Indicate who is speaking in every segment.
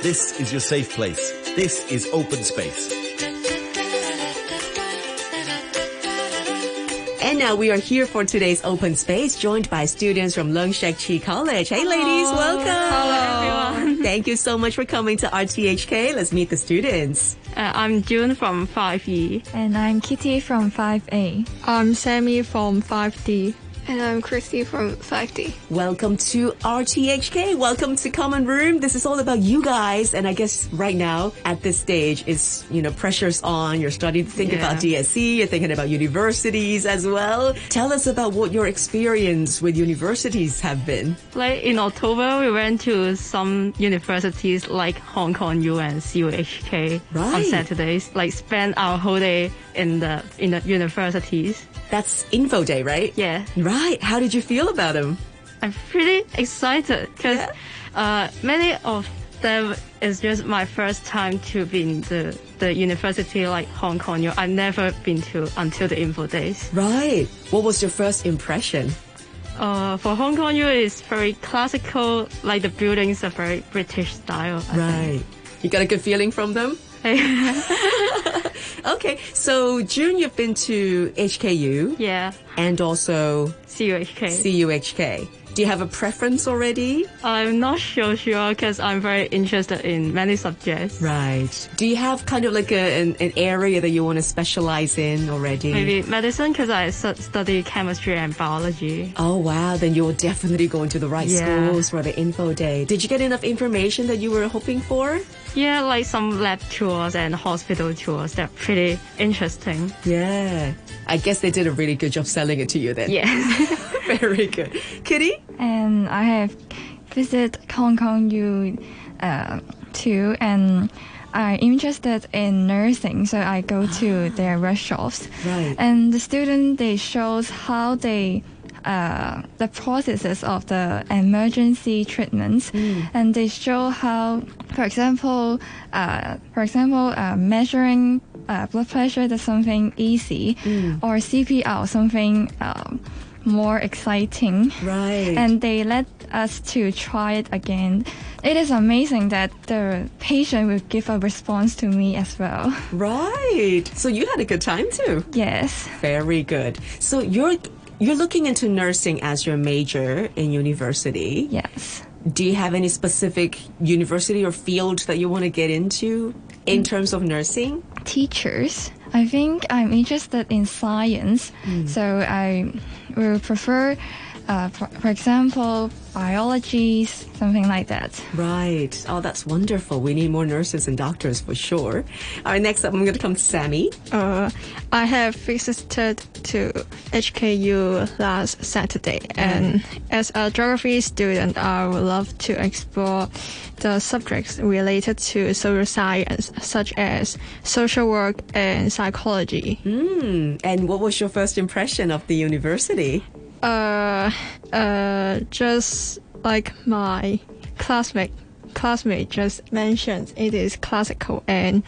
Speaker 1: This is your safe place. This is open space.
Speaker 2: And now we are here for today's open space, joined by students from Leung Shek Chi College. Hey, ladies, welcome.
Speaker 3: Hello, everyone.
Speaker 2: Thank you so much for coming to RTHK. Let's meet the students.
Speaker 3: Uh, I'm June from E. 5E.
Speaker 4: And I'm Kitty from 5A.
Speaker 5: I'm Sammy from 5D.
Speaker 6: And I'm Christy from 5D.
Speaker 2: Welcome to RTHK. Welcome to Common Room. This is all about you guys. And I guess right now at this stage, it's, you know, pressure's on. You're starting to think
Speaker 3: Yeah.
Speaker 2: about DSE. You're thinking about universities as well. Tell us about what your experience with universities have been.
Speaker 3: Like in October, we went to some universities like Hong Kong U and CUHK on
Speaker 2: Right.
Speaker 3: Saturdays. Like spend our whole day in the in the universities.
Speaker 2: That's info day, right?
Speaker 3: Yeah.
Speaker 2: Right. How did you feel about them?
Speaker 3: I'm pretty excited because uh, many of them is just my first time to be in the, the university like Hong Kong U. I've never been to until the info days.
Speaker 2: Right. What was your first impression?
Speaker 3: Uh, for Hong Kong U, it's very classical. Like the buildings are very British style. I
Speaker 2: Right. You got a good feeling from them?
Speaker 3: think.
Speaker 2: Okay. So, June, you've been to HKU
Speaker 3: yeah.
Speaker 2: and also
Speaker 3: CUHK.
Speaker 2: CUHK. Do you have a preference already?
Speaker 3: I'm not so sure because I'm very interested in many subjects.
Speaker 2: Right. Do you have kind of like a, an, an area that you want to specialize in already?
Speaker 3: Maybe medicine because I su- study chemistry and biology.
Speaker 2: Oh, wow. Then you're definitely going to the right
Speaker 3: Yeah.
Speaker 2: schools for the info day. Did you get enough information that you were hoping for?
Speaker 3: Yeah, like some lab tours and hospital tours. They're pretty interesting.
Speaker 2: Yeah. I guess they did a really good job selling it to you then.
Speaker 3: Yes.
Speaker 2: Very good. Kitty?
Speaker 4: And I have visited Hong Kong U uh, too. And I'm interested in nursing, so I go to their workshops.
Speaker 2: Ah. Right.
Speaker 4: And the student, they shows how they uh, the processes of the emergency treatments,
Speaker 2: Hmm.
Speaker 4: and they show how, for example, uh, for example, uh, measuring uh, blood pressure is something easy,
Speaker 2: Hmm.
Speaker 4: or CPR something um, more exciting.
Speaker 2: Right.
Speaker 4: And they let us to try it again. It is amazing that the patient will give a response to me as well.
Speaker 2: Right. So you had a good time too.
Speaker 4: Yes.
Speaker 2: Very good. So you're you're looking into nursing as your major in university.
Speaker 4: Yes.
Speaker 2: Do you have any specific university or field that you want to get into in terms of nursing?
Speaker 4: teachers. I think I'm interested in science, so I will prefer, uh, for, for example, biology, something like that.
Speaker 2: Right. Oh, that's wonderful. We need more nurses and doctors for sure. All right, next up I'm going to come to Sammy.
Speaker 5: Uh, I have visited to HKU last Saturday, and as a geography student, I would love to explore the subjects related to social science, such as social work and psychology.
Speaker 2: And what was your first impression of the university?
Speaker 5: Uh, uh, just like my classmate classmate just mentioned, it is classical and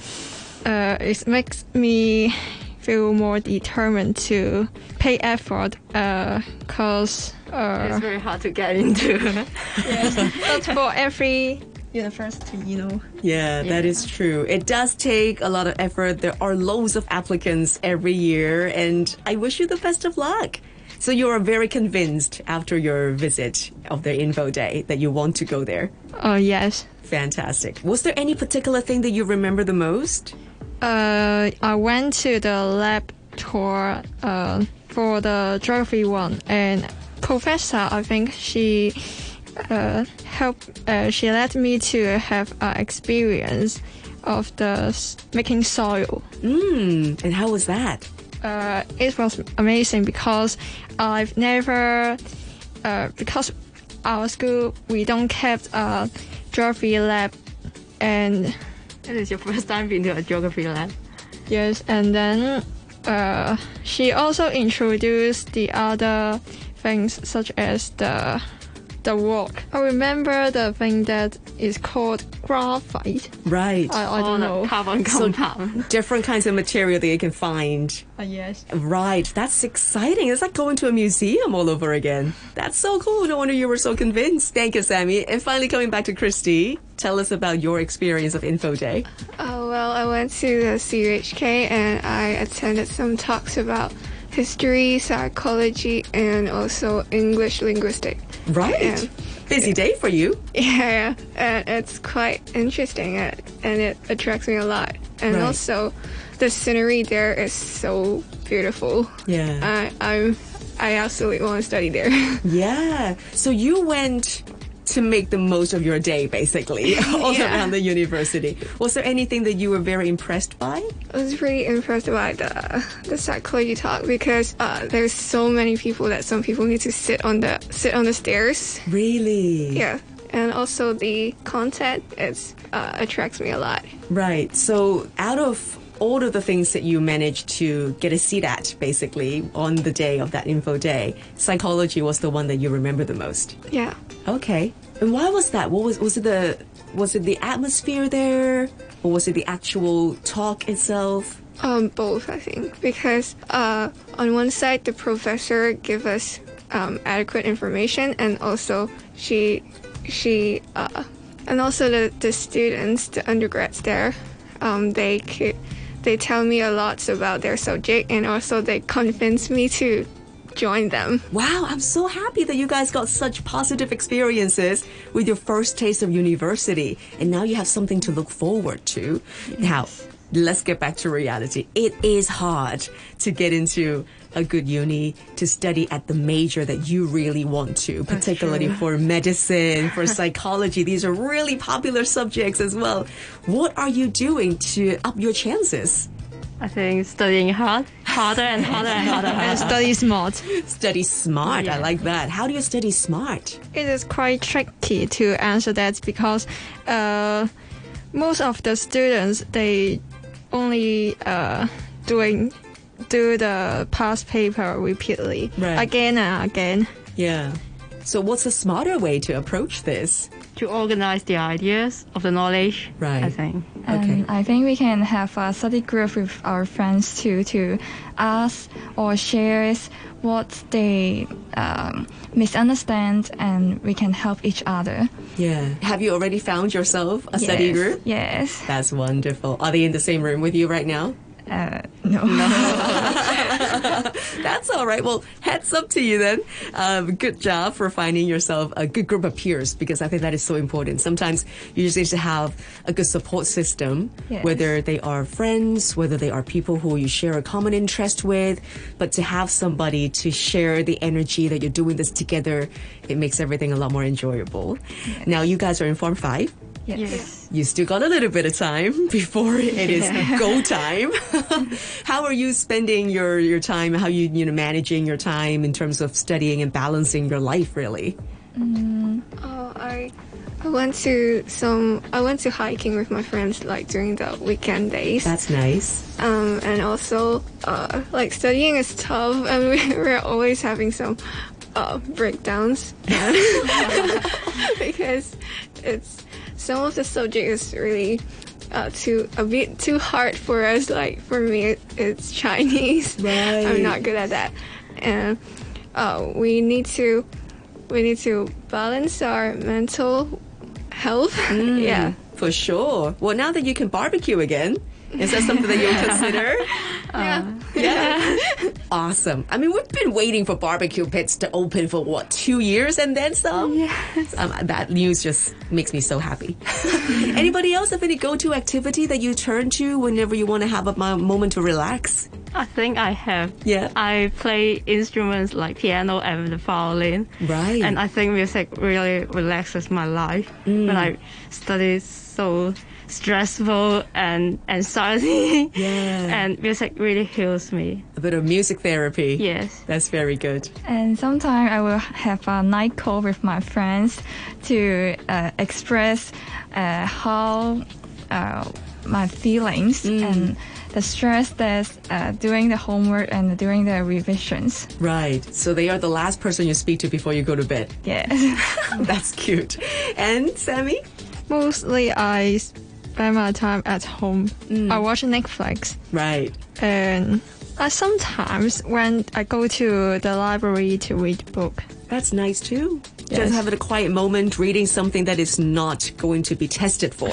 Speaker 5: uh, it makes me feel more determined to pay effort. Uh, cause
Speaker 3: it's
Speaker 5: uh,
Speaker 3: very hard to get into.
Speaker 5: not for every university, you know.
Speaker 2: Yeah, that is true. It does take a lot of effort. There are loads of applicants every year, and I wish you the best of luck. So you are very convinced after your visit of their info day that you want to go there.
Speaker 5: Oh yes.
Speaker 2: Fantastic. Was there any particular thing that you remember the most?
Speaker 5: Uh, I went to the lab tour uh, for the geography one, and professor, I think she uh, helped. Uh, she led me to have uh, experience of the s- making soil.
Speaker 2: Mm, and how was that?
Speaker 5: Uh, it was amazing because I've never uh, because our school we don't have a geography lab, and
Speaker 3: it is your first time being to a geography lab.
Speaker 5: Yes, and then uh, she also introduced the other things such as the the walk. I remember the thing that is called graphite.
Speaker 2: Right.
Speaker 5: I, I don't know.
Speaker 3: carbon
Speaker 2: so
Speaker 3: compound.
Speaker 2: different kinds of material that you can find.
Speaker 5: Uh, yes.
Speaker 2: Right. That's exciting. It's like going to a museum all over again. That's so cool. No wonder you were so convinced. Thank you, Sammy. And finally, coming back to Christy, tell us about your experience of Info Day.
Speaker 6: Oh, well, I went to the CUHK and I attended some talks about history, psychology, and also English linguistics.
Speaker 2: Right.
Speaker 6: Yeah.
Speaker 2: Busy day for you.
Speaker 6: Yeah, and it's quite interesting uh, and it attracts me a lot. And
Speaker 2: Right.
Speaker 6: also, the scenery there is so beautiful.
Speaker 2: Yeah.
Speaker 6: I, I'm, I absolutely want to study there.
Speaker 2: Yeah. So you went to make the most of your day, basically, all
Speaker 6: Yeah.
Speaker 2: around the university. Was there anything that you were very impressed by?
Speaker 6: I was really impressed by the the psychology talk because uh, there's so many people that some people need to sit on the sit on the stairs.
Speaker 2: Really?
Speaker 6: Yeah, and also the content it's uh, attracts me a lot.
Speaker 2: Right. So out of all of the things that you managed to get a seat at, basically, on the day of that info day, psychology was the one that you remember the most.
Speaker 6: Yeah,
Speaker 2: Okay. And why was that? What was was it the was it the atmosphere there, or was it the actual talk itself?
Speaker 6: um, both I think because uh, on one side the professor give us um, adequate information and also she she uh, and also the, the students the undergrads there um, they could, they tell me a lot about their subject and also they convince me to join them.
Speaker 2: Wow, I'm so happy that you guys got such positive experiences with your first taste of university. And now you have something to look forward to. Now, let's get back to reality. It is hard to get into a good uni to study at the major that you really want to, particularly for medicine, for psychology. These are really popular subjects as well. What are you doing to up your chances?
Speaker 3: I think studying hard, harder and harder and harder.
Speaker 5: And study smart.
Speaker 2: Study smart. I
Speaker 3: Yeah.
Speaker 2: like that. How do you study smart?
Speaker 5: It is quite tricky to answer that because uh, most of the students they only uh, doing do the past paper repeatedly
Speaker 2: Right.
Speaker 5: again and again.
Speaker 2: Yeah. So, what's a smarter way to approach this?
Speaker 3: to organize the ideas of the knowledge.
Speaker 2: Right.
Speaker 3: I think.
Speaker 2: Okay.
Speaker 4: And I think we can have a study group with our friends too to ask or share what they um, misunderstand, and we can help each other.
Speaker 2: Yeah. Have you already found yourself a study
Speaker 4: Yes.
Speaker 2: group?
Speaker 4: Yes.
Speaker 2: That's wonderful. Are they in the same room with you right now?
Speaker 4: Uh, no.
Speaker 2: That's all right. Well, heads up to you then. Um, good job for finding yourself a good group of peers because I think that is so important. Sometimes you just need to have a good support system,
Speaker 4: Yes.
Speaker 2: whether they are friends, whether they are people who you share a common interest with, but to have somebody to share the energy that you're doing this together, it makes everything a lot more enjoyable. Now, you guys are in Form 5
Speaker 3: Yes.
Speaker 2: you still got a little bit of time before it is go time. how are you spending your, your time? How you you know managing your time in terms of studying and balancing your life? Really,
Speaker 6: Oh, I I went to some I went to hiking with my friends like during the weekend days.
Speaker 2: that's nice.
Speaker 6: um, and also uh, like studying is tough and we, we're always having some uh, breakdowns because it's some of the subject is really uh, too a bit too hard for us like for me it, it's chinese
Speaker 2: Right.
Speaker 6: i'm not good at that and uh, we need to we need to balance our mental health yeah
Speaker 2: for sure. Well, now that you can barbecue again, is that something that you'll consider? Uh, awesome. I mean, we've been waiting for barbecue pits to open for what, two years and then some? Yes. Um, that news just makes me so happy. Anybody else have any go to activity that you turn to whenever you want to have a mo- moment to relax?
Speaker 3: I think I have.
Speaker 2: Yeah.
Speaker 3: I play instruments like piano and the violin.
Speaker 2: Right.
Speaker 3: And I think music really relaxes my life
Speaker 2: Mm.
Speaker 3: when I study so stressful and anxiety.
Speaker 2: Yeah.
Speaker 3: And music really heals me.
Speaker 2: A bit of music therapy.
Speaker 3: Yes.
Speaker 2: That's very good.
Speaker 4: And sometimes I will have a night call with my friends to uh,
Speaker 2: Mm.
Speaker 4: express uh, how uh, my feelings and the stress that's uh, doing the homework and doing the revisions.
Speaker 2: Right. So they are the last person you speak to before you go to bed.
Speaker 4: Yes.
Speaker 2: That's cute. And Sammy?
Speaker 5: Mostly I spend my time at home. I watch Netflix.
Speaker 2: Right.
Speaker 5: And I sometimes when I go to the library to read book.
Speaker 2: That's nice too.
Speaker 5: Yes.
Speaker 2: Just having a quiet moment reading something that is not going to be tested for.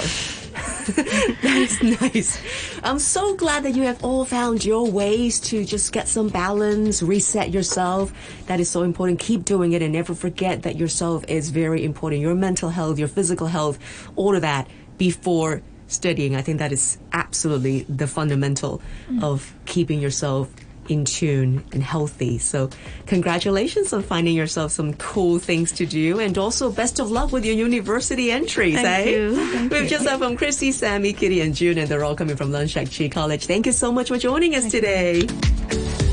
Speaker 2: that is nice. I'm so glad that you have all found your ways to just get some balance, reset yourself. That is so important. Keep doing it and never forget that yourself is very important. Your mental health, your physical health, all of that before studying. I think that is absolutely the fundamental
Speaker 3: Mm.
Speaker 2: of keeping yourself in tune and healthy. So, congratulations on finding yourself some cool things to do, and also best of luck with your university entries.
Speaker 3: Thank
Speaker 2: eh?
Speaker 3: you.
Speaker 2: We've just heard from Chrissy, Sammy, Kitty, and June, and they're all coming from Lunch Chi College. Thank you so much for joining us today.